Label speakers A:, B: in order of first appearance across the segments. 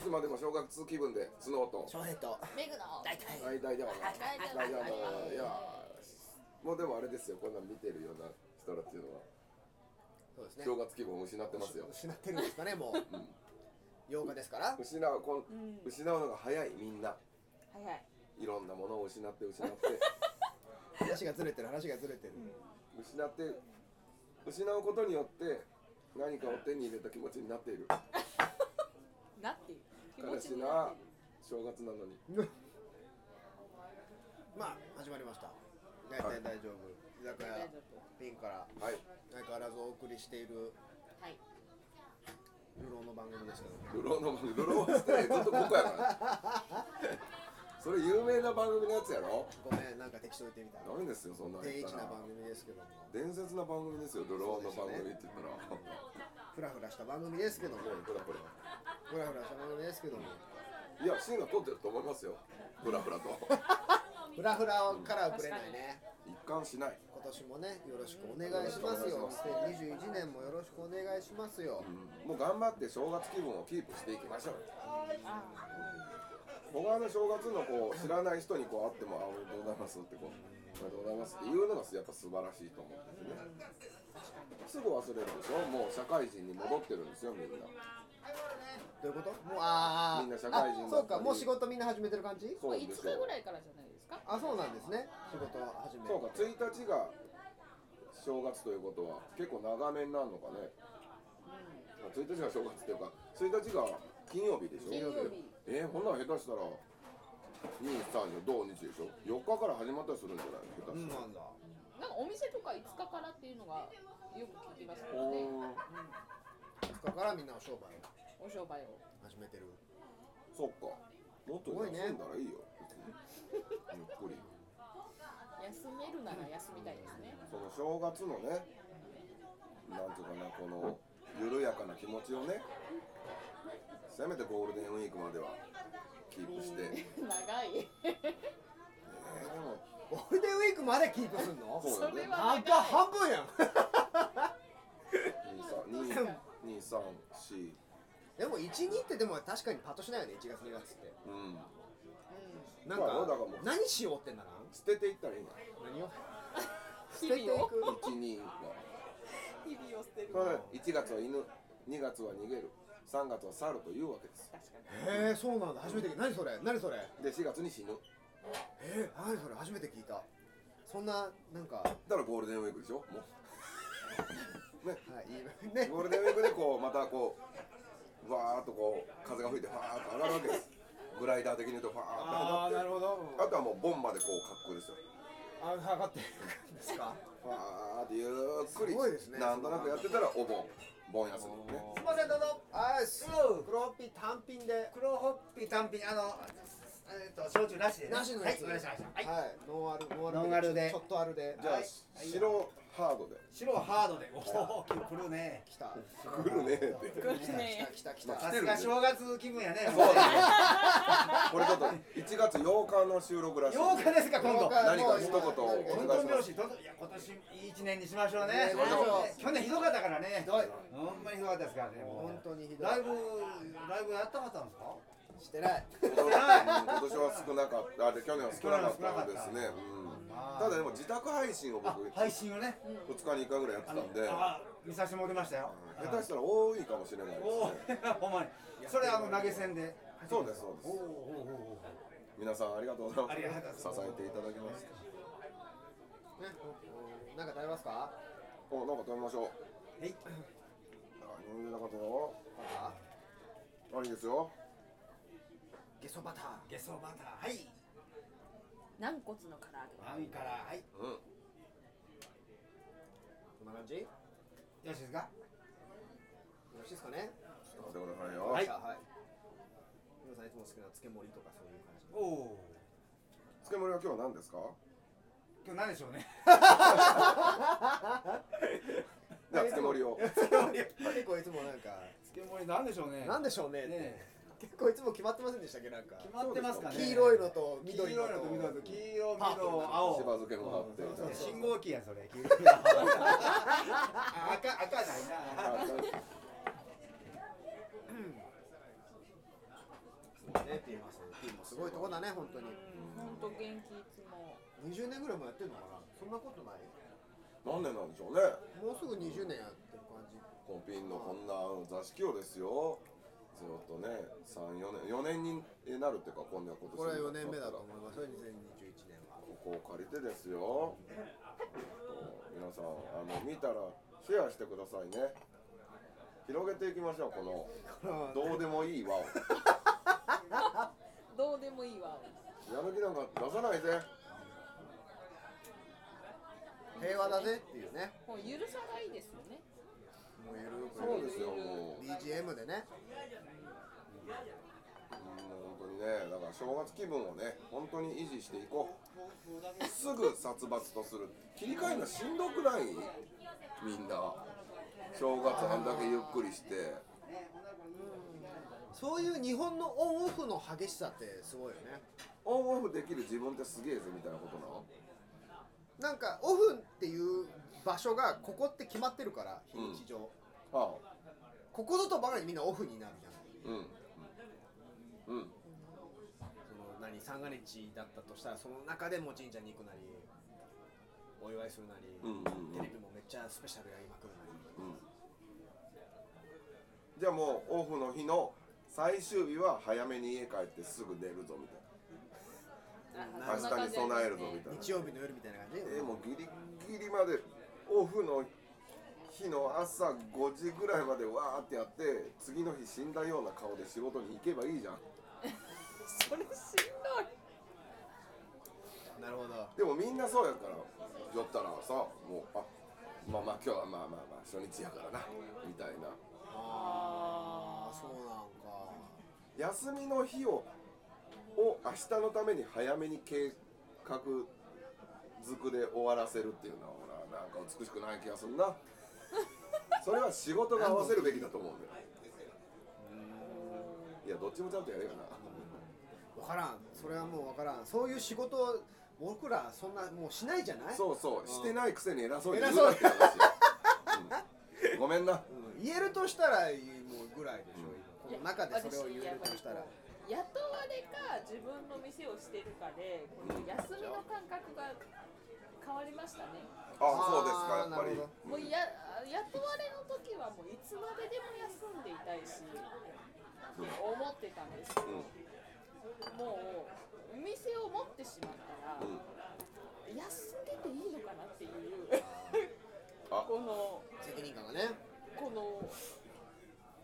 A: つまでも正月気分でスノーと
B: 翔平と
C: メグの
B: 大体
A: 大体ではない
C: 大体
A: 大体はいやもうでもあれですよこんなん見てるような人らっていうのは
B: そうですね
A: 正月気分を失ってますよ
B: 失ってるんですかねもう8日ですから
A: 失うこん失うのが早いみんな
C: 早い
A: いろんなものを失って失って
B: 話がずれてる話がずれてる
A: 失って失うことによって何かを手に入れた気持ちになっている
C: なっていう気持
A: 悲
C: ち
A: しい
C: にな
A: な
C: ってる
A: 正月なのに
B: まあ始まりました大体大丈夫居酒
C: 大
B: 屋
C: 丈
B: ピンから
A: はい
B: 相変わらずお送りしている
C: はい
B: 流浪の番組ですけ
A: 流
B: ど
A: 浪の番組流浪はしてないずっとここやからそれ有名な番組のやつやろ
B: ごめんなんか適当言ってみた
A: ダメですよそんなん言
B: 定位
A: った
B: 置な
A: ら
B: 番組ですけども
A: 伝説な番組ですよ流浪の番組って言ったらも
B: フラフラした番組ですけども
A: うプラプラ
B: フラフラした番組ですけども
A: いや、シーンが撮ってると思いますよ。フラフラと。
B: フラフラからはぶれないね
A: 一貫しない。
B: 今年もねよろしくお願いしますよ2021年もよろしくお願いしますよ
A: もう頑張って正月気分をキープしていきましょう。僕はあの正月のこう知らない人にこう会っても「あおめでとうございます」ってこう「おめでとうございます」って言うのがやっぱ素晴らしいと思うんですねすぐ忘れるでしょもう社会人に戻ってるんですよみんな
B: どういうこともうあー
A: みんな社会人だったり
B: あそうかもう仕事みんな始めてる感じ
A: そうで
C: 5
A: すよ
C: 日ぐらいからじゃないですか
B: あそうなんですね仕事を始める
A: そうか1日が正月ということは結構長めになるのかね、1日が正月っていうか1日が金曜日でしょ
C: 金曜日
A: えー、ほんなら下手したら234同日でしょ4日から始まったりするんじゃない下
B: う
A: 手し
B: ん
A: たら、
B: なんだ
C: なんかお店とか5日からっていうのがよく聞きますよね
A: おー
B: 2日からみんなお商売を
C: お商売を
B: 始めてる
A: そっかもっと休んだらいいよ別にゆっくり
C: 休めるなら休みたいですね
A: その正月のねなんていうかなこの緩やかな気持ちをねせめてゴールデンウィークまではキープして、
C: 長い
A: えーでも
B: ゴールデンウィークまでキープすんの
A: そうだ
C: それ
A: ね
C: は
B: あんた半分やん
A: 23234
B: でも12ってでも確かにパッとしないよね1月2月って
A: うん
B: なん
A: まあだからも
B: か
A: う
B: 何しようってならん
A: 捨てていったらいいな
B: 何を捨て
C: 日
B: てい
C: 々を
B: く
A: 12は
C: 日々を捨てる
A: これ1月は犬2月は逃げる3月は猿というわけです
C: 確かに
B: へえそうなんだ初めて聞いた何それ何それ
A: で4月に死ぬ
B: えー、何それ初めて聞いたそんななんかは
A: だからゴールデンウィークでしょもうね
B: いいいね
A: ゴールデンウィークでこう またこうわーっとこう風が吹いてファーっと上がるわけですグライダー的に言うとファーっと
B: ああ
A: 上
B: な
A: が
B: る
A: って
B: ほ
A: あ
B: ど
A: とはもうボンまでこう格好ですよ
B: あ上がってるんですか
A: ファーってゆっく
B: すごいです
A: り
B: ね
A: なんとなくやってたらお盆盆休みね
B: すいませんどうぞあーす黒ホッピー単品で
D: 黒ホッピー単品あのえっと焼酎なしで、ね、
B: なしのやつ
D: はいわかりました
B: はい、ノンアルノ
D: ノンアルで
B: ちょっとあるで
A: じゃあ、
D: はい
A: 白ハードで
D: 白はハードでおおー来るね
B: 来た
A: 来るねって
C: これね
B: 来た来た
A: 来
B: 来た
D: さ
A: て
D: す
A: る
D: が正月気分やね
A: そうだねこれちょっと1月8日の収録らしい
D: 8日ですか今度
B: 八日
A: 何か一言お
D: 本
A: 願い
D: 当
A: します
D: に拍子どんどんいや今年いい一年にしましょうね
B: ねそう
D: 去年ひどかったからね
B: ひどい
D: ほんまにひどかったですからね
B: 本当にひどい
D: ライブライブやったかったんですか
B: してない
A: 今年は少なかったあで去年は少なかったのですね、うん、
D: あー
A: ただでも自宅配信を
D: あ
A: 僕2
D: 配信をね
A: 日に1回ぐらいやってたんで下
D: あ見させてもらいましたよ
A: 手したら多いかもしれないで
D: おお
A: すね
D: ーほんまにそれあの投げ銭で
A: そうですそうで
D: おー
A: す
D: おーおーおー
A: 皆さんありがとうございます
D: ありがとうございます
A: 支えていただきました
B: ねうんなんか食べますか
A: おなんか食べましょう
D: はい
A: あ飲んでなかったよ
B: バター
A: あいいですよ
B: ゲソバター
D: ゲソバターはい
C: 軟骨の唐揚げ
D: パンからはい
A: うん
B: こんな感じよ
D: よろしいですか
B: ろしいですかね
A: ちょっと待ってくださいよ、
D: はい
B: じゃあはい皆さんいつも好きな漬け盛りとかそういう感じ
D: おお
A: 漬物は今日は何ですか
D: 今日何でしょうね
A: じゃあ漬物 を
B: 結構いつもなんか
D: 漬物何でしょうね
B: なんでしょうね
D: ねえ
B: 結構いつも決まってませんでしたっけなんか
D: 決まってますかね
B: 黄色いのと緑
D: 黄
B: の
D: 色い
B: と
D: のと緑のと黄色
B: パープル
D: 緑
B: な
A: しば
D: 青
A: 漬けもあって
D: そう信号機やそれ黄色あ赤赤ないな
A: あ
D: ねピーマンさん
B: ピンもすごいとこだね本当に
C: 本当元気いつも。
B: 20年ぐらいもやってんのかなそんなことない
A: 何年なんでしょうね
B: もうすぐ20年やってる感じ
A: コンピンのこんな座敷をですよずっとね34年4年になるっていうか今度は今年
B: これは4年目だと
A: こ
B: 思いますよ2021年は
A: こを借りてですよ皆さんあの見たらシェアしてくださいね広げていきましょうこのどうでもいい輪を
C: どうでもいいわ。
A: やる気なんか出さないぜ
B: 平和だねっていうね
C: もうゆるさがいいですよね。
B: もうゆる
A: そう
B: く
A: ですよもう
B: BGM でね
A: うん本当にねだから正月気分をね本当に維持していこうすぐ殺伐とする切り替えるのしんどくないみんな正月あんだけゆっくりして
B: そういう日本のオンオフの激しさってすごいよね
A: オンオフできる自分ってすげえぜみたいなことなの
B: なんかオフっていう場所がここって決まってるから日にち上、
A: あ
B: ここぞとばかりにみんなオフになるじゃん
A: あうんうんうん
B: その何三が日だったとしたらその中でも神社に行くなりお祝いするなり、
A: うんうんうん
B: テレビもめっちゃスペシャルやりまくるなり
A: うんじゃあもうオフの日の最終日は早めに家帰ってすぐ寝るぞみたいな
B: あ
A: 明日に備えるぞみたいな
B: 日曜日の夜みたいな感じ
A: えーもうギリギリまでオフの日の朝5時ぐらいまでわーってやって次の日死んだような顔で仕事に行けばいいじゃん
C: それしんどい。
B: なるほど
A: でもみんなそうやから酔ったらさもうあまあまあ今日はまあまあまあ初日やからなみたいな
B: ああそうなんか
A: 休みの日をを明日のために早めに計画づくで終わらせるっていうのはほらなんか美しくない気がするなそれは仕事が合わせるべきだと思うんだよいやどっちもちゃんとやれよな
B: 分からんそれはもう分からんそういう仕事を僕らそんなもうしないじゃない
A: そうそう、
B: ん
A: してないくせに偉そうに言
B: 偉
A: う
B: そう
A: なって話よ、うんごめんな
B: うん言えるとしたらもうぐらいでしょ、
C: いや
B: 今この中でそれを言えるとしたら
C: 雇われか自分の店をしてるかでこの休みの感覚が変わりましたね、
A: あそうですかやっぱり
B: なる
C: もうや雇われの時はもういつまででも休んでいたいし思ってたんですけど、もう店を持ってしまったら、
A: うん
C: 休んでていいのかなっていう
A: あ
C: この
B: 責任感がね
C: この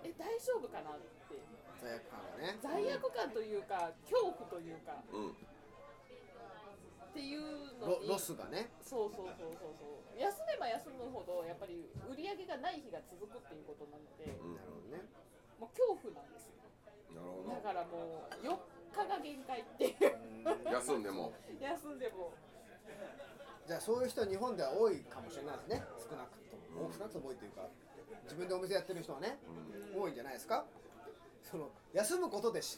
C: え大丈夫かなって
B: 罪悪感がね
C: 罪悪感というか恐怖というか
A: うん
C: っていうの
B: ロ
C: に
B: ロスがね
C: そうそうそうそうそう休めば休むほどやっぱり売り上げがない日が続くっていうことなので
A: うん
B: なるほどね
C: もう恐怖なんですよ
A: なるほ
C: だからもう4日が限界っていう
A: ど休んでも
C: 休んでも
B: じゃあそういう人は日本では多いかもしれないですね少なくとも少なくとも多いというか自分でお店やってる人はね、多いんじゃないですかその休むことでし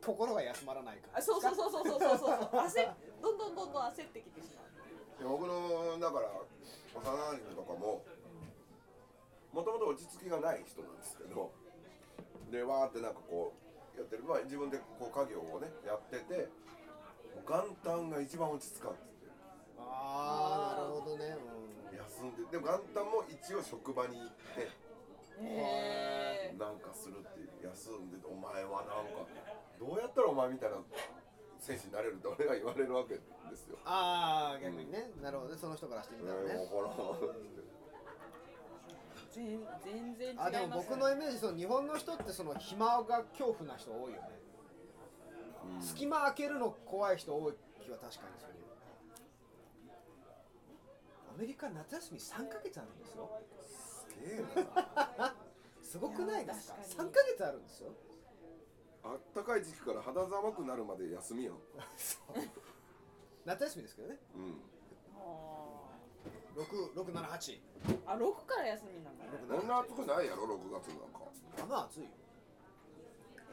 B: 心が休まらないから
C: あそうそうそうそうそうそうそう焦っどんどんどんどん焦ってきてしま
A: い
C: う
A: や僕のだから幼なじみとかももともと落ち着きがない人なんですけどでわーってなんかこうやってる、まあ、自分でこう家業をねやってて元旦が一番落ち着かんっつって
B: ああなるほどね、
A: 休んででも元旦も一応職場に行って
C: へえ
A: なんかするっていう休んでてお前はなんかどうやったらお前みたいな選手になれるって俺が言われるわけですよ。
B: ああ逆にね、なるほどねその人からしてみたら
A: えーもう
B: ね、
A: ほら
C: 全全然違いま
B: あ
C: す、
B: で
C: ね、
B: も僕のイメージその日本の人ってその暇が恐怖な人多いよね、隙間開けるの怖い人多い気は確かにするアメリカ夏休み3ヶ月あるんですよ
A: すげえな。
B: すごくないですか
C: いや確か
B: 3
C: に
B: ヶ月あるんですよ
A: あったかい時期から肌寒くなるまで休みよ。
B: 夏休みですけどね
A: うん。
B: 678
C: あ6から休みなんだ
A: そんな暑くないやろ6月なんか。
B: まあまあ暑いよ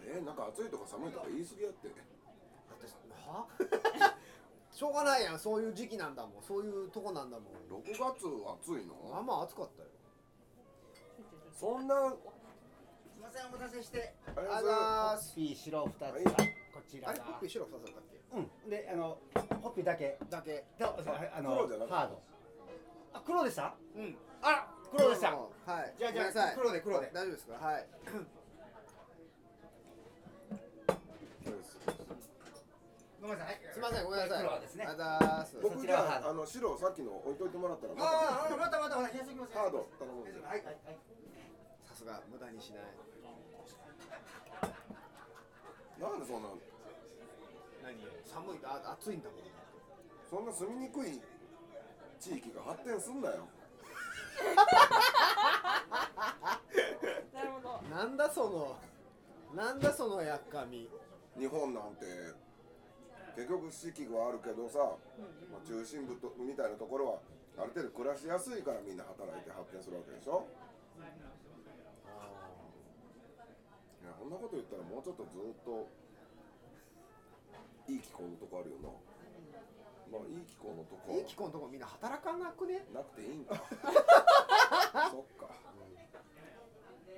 A: えー、なんか暑いとか寒いとか言い過ぎやって。
B: だっては しょうがないやんそういう時期なんだもんそういうとこなんだもん
A: 6月暑い
B: まあ
A: の？
B: まあ暑かったよ
A: そんな
E: すみませんお待たせして
A: えありが
B: あ
A: とうございま
B: ざー
D: ホ
B: す
D: ッピー白二つが
A: はい
D: こち
B: あ
D: ら
B: れ
D: が
B: ポッピー白2つだったっけ
D: うんであのホッピーだけ
B: だけ
D: とああの
A: 黒じゃなくて
D: ハードあ黒でした
B: うん
D: あら黒でした
B: はい
D: じゃあじゃあ
B: ごめんなさい
D: 黒で黒で
B: 大丈夫ですかはい
A: す
D: ごめんなさい
B: すみませんごめんなさい
D: 黒ですね
B: あざーす
A: 僕
D: そち
A: じ
D: らは
A: ゃ
D: ハー
A: あ
D: ド
A: あの白をさっきの置いといてもらったらまた
D: あーあーまたまたまた返してきます
A: ハード頼むんで
D: はいはいはい
B: さすが無駄にしない
A: なんでそんな
B: 何寒いあ暑いんだもん
A: そんな住みにくい地域が発展すんなよ
C: なるほど
B: なんだそのなんだそのやっかみ
A: 日本なんて結局四季はあるけどさ、まあ、中心部とみたいなところはある程度暮らしやすいからみんな働いて発展するわけでしょいやこんなこと言ったらもうちょっとずっといい気候のとこあるよなまあいい気候のとこ
B: いい気候のとこみんな働かなくね
A: なくていいん かそっか、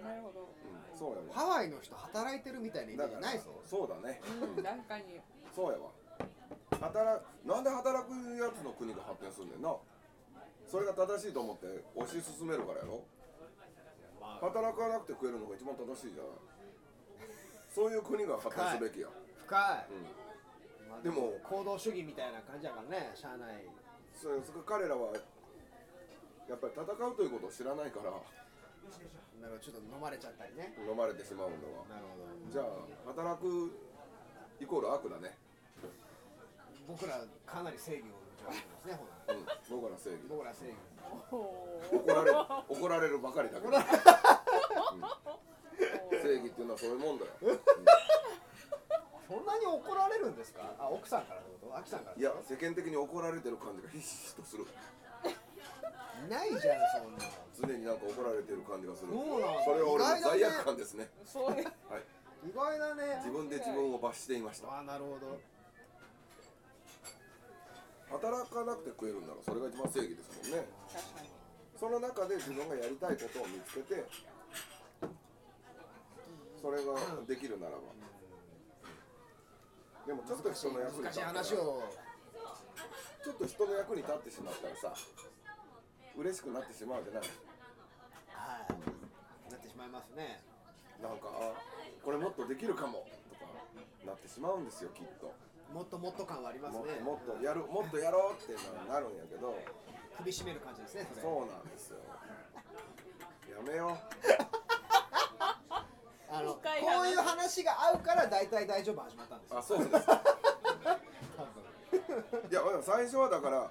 C: なるほど
A: うん、そうやわ
B: ハワイの人働いてるみたいなイメ
A: だ
B: ー
A: から
B: ジないぞ
A: そうだね、
C: うんなんかに
A: そうやわ働なんで働くやつの国が発展すんねんなそれが正しいと思って推し進めるからやろ働かなくて食えるのが一番正しいじゃないそういう国が発展すべきや、
B: 深
A: うん、
B: い、まあ
A: でも
B: 行動主義みたいな感じやからねしゃあない
A: そうそこ彼らはやっぱり戦うということを知らないから
B: なるほどちょっと飲まれちゃったりね
A: 飲まれてしまうのは
B: なるほど
A: じゃあ働くイコール悪だね、
B: 僕らかなり正義を持ってますねほら
A: うん、僕ら正義
B: 僕ら正義
C: おお
A: 怒られる怒られるばかりだけど正義っていうのはそういうもんだよ、うん
B: そんなに怒られるんですかあ奥さんからってことあきさんか
A: い
B: ら
A: や世間的に怒られてる感じがひしひしとする
B: いないじゃんそんな
A: 常になんか怒られてる感じがする
B: そうなんだ
A: それは俺の
B: 意外だね
A: 罪悪感ですね
C: そういう
A: はい
B: 意外だね
A: 自分で自分を罰していました
B: ああなるほど
A: 働かなくて食えるんならそれが一番正義ですもんね
C: 確かに
A: その中で自分がやりたいことを見つけてそれができるならばでもちょっと人の役に
B: 難
A: 立
B: しい
A: ったら
B: 話
A: ちょ
B: を
A: っと人の役に立ってしまったらさ嬉しくなってしまうじゃない
B: はいなってしまいますね
A: なんかあこれもっとできるかもとかなってしまうんですよきっと
B: もっともっと感はあります
A: も
B: ね
A: もっとやるもっとやろうってなるんやけど
B: 首絞める感じですねそれ
A: そうなんですよやめよ
B: あのこ
C: 深い
B: う
C: 話
B: いう話が合うから大体大丈夫始まったんです
A: うあ
B: よ
A: そうですか
B: 多分
A: いやでも最初はだから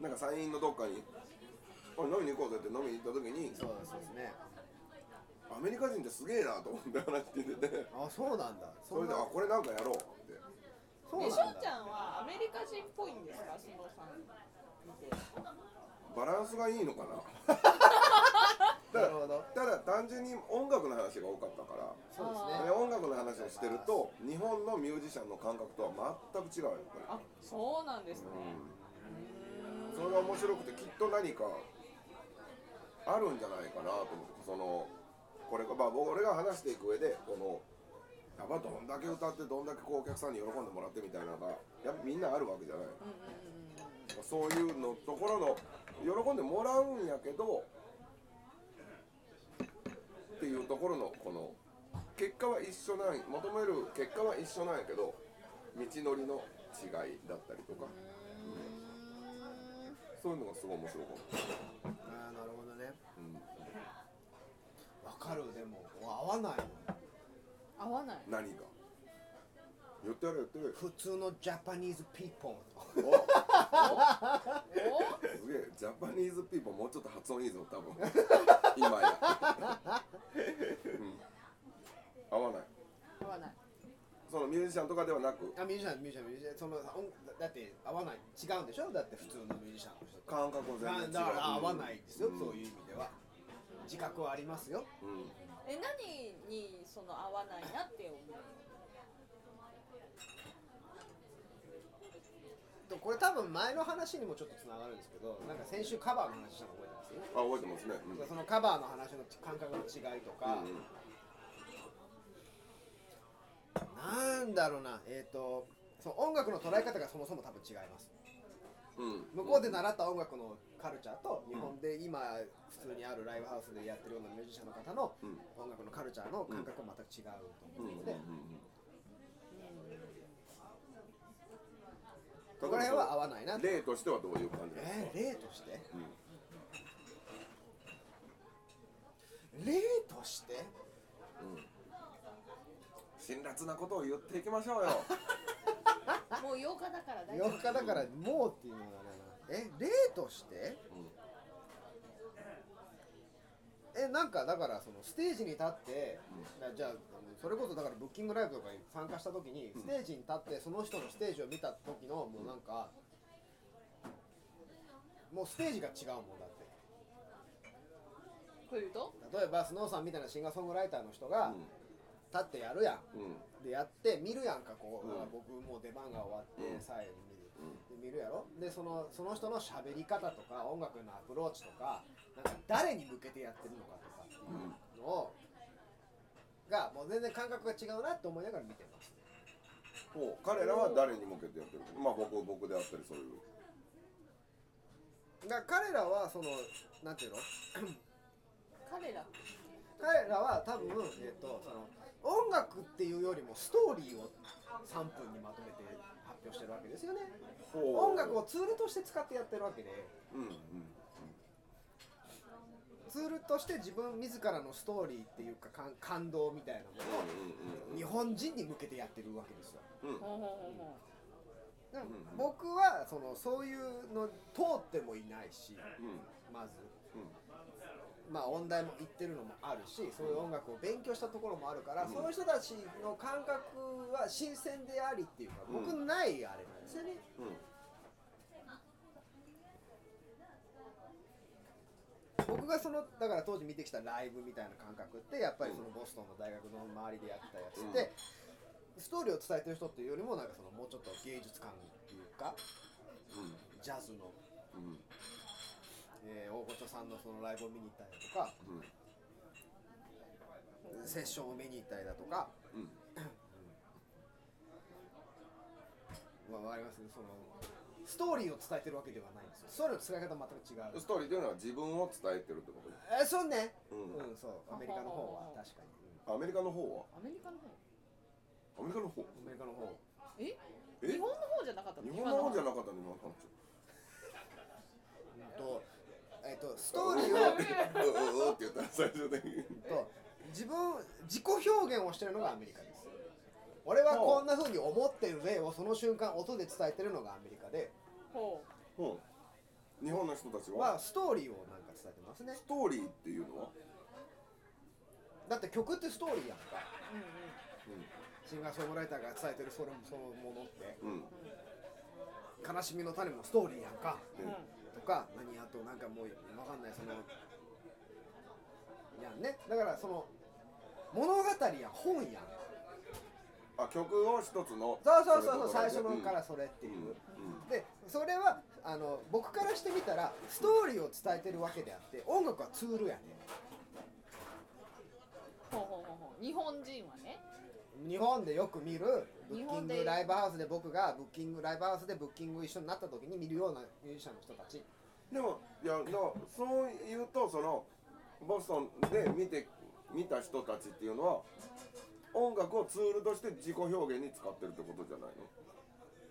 A: なんか山陰のどっかに「おい飲みに行こうぜ」って飲みに行った時に
B: そうそうですね
A: アメリカ人ってすげえなと思って話聞いてて
B: あそうなんだ
A: それで「
B: ん
A: あ
B: な
A: これなんかやろう」って
B: そうな
C: え、
B: ん
C: しょうち
B: だ
C: ゃんはアメリカ人っぽいんですか、しのさん。見て。
A: バランスがいいのかなた
B: な
A: だ
B: るほど
A: ただ単純に音楽の話が多かったから
B: そうです
C: あ
A: で
B: ね
A: 音楽の話をしてると日本のミュージシャンの感覚とは全く違うよやっぱ
C: あ、そうなんですね。
A: り、それが面白くてきっと何かあるんじゃないかなと思ってそのこれがまあ僕俺が話していく上でこのやっぱどんだけ歌ってどんだけこうお客さんに喜んでもらってみたいなのがやっぱみんなあるわけじゃない
C: うんうんうんうん。
A: そういうのところの喜んでもらうんやけどっていうところのこの結果は一緒なん求める結果は一緒なんやけど道のりの違いだったりとかそういうのがすごい面白かった、
B: あーなるほどね
A: うん、
B: わかるでも合わないもん
C: 合わない。
A: 何が言ってやれ言ってや
B: 普通のジャパニーズピーポ
A: れ
B: ン
A: お
C: お。
A: すげえジャパニーズピーポーもうちょっと発音いいぞ多分今や、うん、合わない
C: 合わない。
A: そのミュージシャンとかではなく
B: あミュージシャンミュージシャンミュージシャンその音だって合わない違うんでしょだって普通のミュージシャンの人と
A: 感覚を全然違
B: な
A: う
B: だから合わないですよ、
A: うん
B: そういう意味では自覚はありますよ
A: うん
C: え、何に、その合わないなって思う。
B: とこれ多分前の話にもちょっとつながるんですけどなんか先週カバーの話したの覚えてますよね
A: あ覚えてますね、うん
B: そのカバーの話の感覚の違いとか、
A: うんうん
B: なんだろうなえっ、とその音楽の捉え方がそもそも多分違います
A: うん
B: 向こうで習った音楽のカルチャーと日本で今普通にあるライブハウスでやってるようなミュージシャンの方の
A: うん
B: 音楽のカルチャーの感覚は全く違う
A: う
B: と
A: んう
B: 思
A: ん
B: う
A: うんう
B: の
A: ん
B: でここら辺は合わないなと
A: 例としてはどういう感じなんですか
B: えー、例として
A: うん
B: 例として
A: 辛辣なことを言っていきましょうよ
C: もう8日だから大丈夫
B: 4日だからもうっていうのがねえ例としてえなんかだからそのステージに立って、だじゃああのそれこそだからブッキングライブとかに参加した時にステージに立ってその人のステージを見た時のもうなんかもうステージが違うもんだって
C: というと
B: 例えばスノーさんみたいなシンガーソングライターの人が立ってやるやん、
A: うんうん
B: でやって見るやんかこ
A: うん
B: う、あ僕もう出番が終わっ
A: うん
B: て最後に見る、で見るやろでそのその人の喋り方とか音楽のアプローチとかなんか誰に向けてやってるのかとかっていうのを、がもう全然感覚が違うなって思いながら見てます
A: ほう彼らは誰に向けてやってるまあ僕僕であったりそういう
B: だから彼らはそのなんていうの
C: 彼ら
B: 彼らは多分、えっとその音楽っていうよりもストーリーを3分にまとめて発表してるわけですよね
A: ほう
B: 音楽をツールとして使ってやってるわけで
A: うんうん
B: ツールとして自分自らのストーリーっていうか感感動みたいなものを日本人に向けてやってるわけですよ
A: うんうんうんうん
C: ほうほうほうほ
B: だか
A: うん
B: ら僕はそのそういうの通ってもいないし
A: うん
B: まず
A: うん
B: まあ音大も行ってるのもあるしそういう音楽を勉強したところもあるから、その人たちの感覚は新鮮でありっていうか
A: うん
B: 僕ないあれなんですよね、
A: うん
B: 僕がそのだから当時見てきたライブみたいな感覚ってやっぱりそのボストンの大学の周りでやってたやつって、ストーリーを伝えてる人っていうよりもなんかそのもうちょっと芸術感っていうかジャズの、
A: うんうん
B: えー大御所さんのそのライブを見に行ったりとか
A: うん
B: セッションを見に行ったりだとか。
A: うん
B: わわかりますねそのストーリーを伝えてるわけではないんですよストーリーの伝え方は全く違う
A: ストーリーというのは自分を伝えてるってこと
B: えそうね
A: う
B: うんん、そうアメリカの方は確かに、
A: アメリカの方は
C: うアメリカの方
A: アメリカの方
B: うんアメリカの方
C: え
A: え
C: 日本の方じゃなかったの
A: 日本の方じゃ
C: な
A: なかったの今の話
B: と,、えっとストーリーを
A: うんうんうんって言ったら最初的に
B: と自分自己表現をしてるのがアメリカです俺はこんな風に思ってる例をその瞬間音で伝えてるのがアメリカで
C: ほ
A: うん日本の人たち
B: は
A: は
B: ストーリーをなんか伝えてますね
A: ストーリーっていうのは
B: だって曲ってストーリーやんか
C: ううん
B: シンガーソングライターが伝えてるそれもそのものって
A: うんうん
B: 悲しみの種もストーリーやんか
A: うん
C: うん
B: とか何あとなんかもうわかんないそのやんねだからその物語や本やん
A: あ曲を一つの
B: そうそうそうそう最初
A: れと
B: の
A: ね
B: からそれって
A: う
B: い
A: ん
B: う、
A: うん
B: でそれはあの僕からしてみたらストーリーを伝えてるわけであって音楽はツールやね
C: ほうほうほうほう日本人はね
B: 日本でよく見るブッ
C: 日
B: キン
C: 本で
B: グライブハウスで僕がブッキングライブハウスでブッキング一緒になった時に見るようなミュージシャンの人たち
A: でもいやだからそう言うとそのボストンで見て見た人たちっていうのは音楽をツールとして自己表現に使ってるってことじゃないの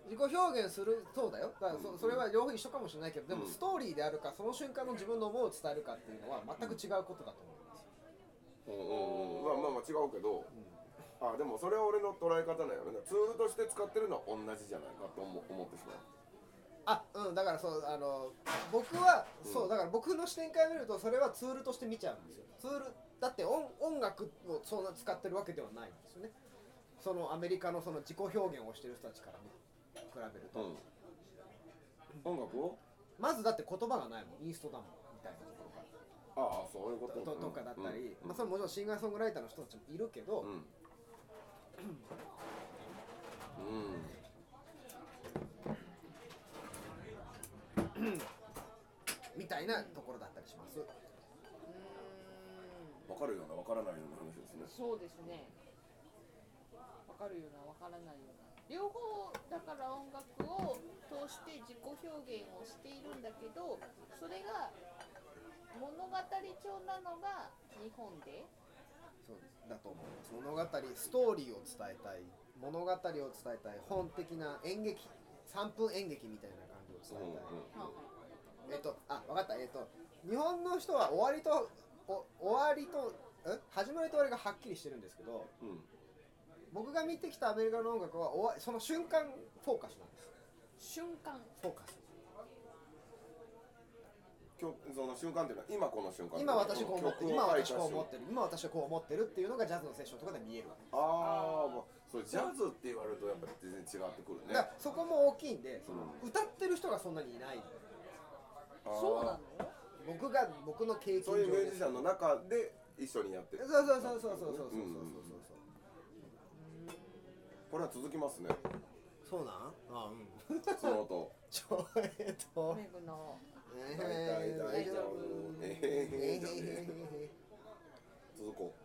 B: 自己表現するそうだよだからそそれは両方一緒かもしれないけどでも
A: うん
B: ストーリーであるかその瞬間の自分の思いを伝えるかっていうのは全く違うことだと思います
A: まあまあまあ違うけど、あでもそれは俺の捉え方なんやろねツールとして使ってるのは同じじゃないかと思思ってしまう
B: あうんだからそうあの僕は、
A: うん
B: そうだから僕の視点から見るとそれはツールとして見ちゃうんですよツールだって音音楽をそんな使ってるわけではないんですよねそのアメリカのその自己表現をしてる人たちから見比べると、
A: うん音楽を
B: まずだって言葉がないもんインストだもんみたいなところから
A: ああそういうこと
B: ととかだったり、
A: うん
B: まあ、それもちろんシンガーソングライターの人たちもいるけど、
A: うん、うん
B: みたいなところだったりします
C: うーん
A: 分かるような分からないような話ですね
C: そうですねわかるようなわからないような両方だから音楽を通して自己表現をしているんだけどそれが物語調なのが日本で
B: そうだと思います物語ストーリーを伝えたい物語を伝えたい本的な演劇3分演劇みたいな感じを伝えたい、えっとあ分かったえっと日本の人は終わりとお終わりとん始まりと終わりがはっきりしてるんですけど
A: うんうん
B: 僕が見てきたアメリカの音楽は終わその瞬間フォーカスなんです
C: 瞬間
B: フォーカス
A: 今日その瞬間っていうのは今この瞬間
B: 今私こう思ってる今私こう
A: る
B: 思ってる今私はこう思ってるっていうのがジャズのセッションとかで見えるわけ
A: ああまあそれジャズって言われるとやっぱ全然違ってくるね
B: だからそこも大きいんでその
A: う
B: 歌ってる人がそんなにいない
A: あー
C: そうなの
B: 僕が僕の経験
A: そういうミュ
B: 上
A: ー
B: で
A: ジシ
B: す
A: ャンの中で一緒にやって
B: そ
A: る
B: うそうそうそうそうそうそうそうそう
A: うんこれは続きますね
B: そうそうなんあうん
A: その音
B: ちょえっと
C: メグの
A: 大体大丈夫
B: え
A: え
B: ー
A: え続こう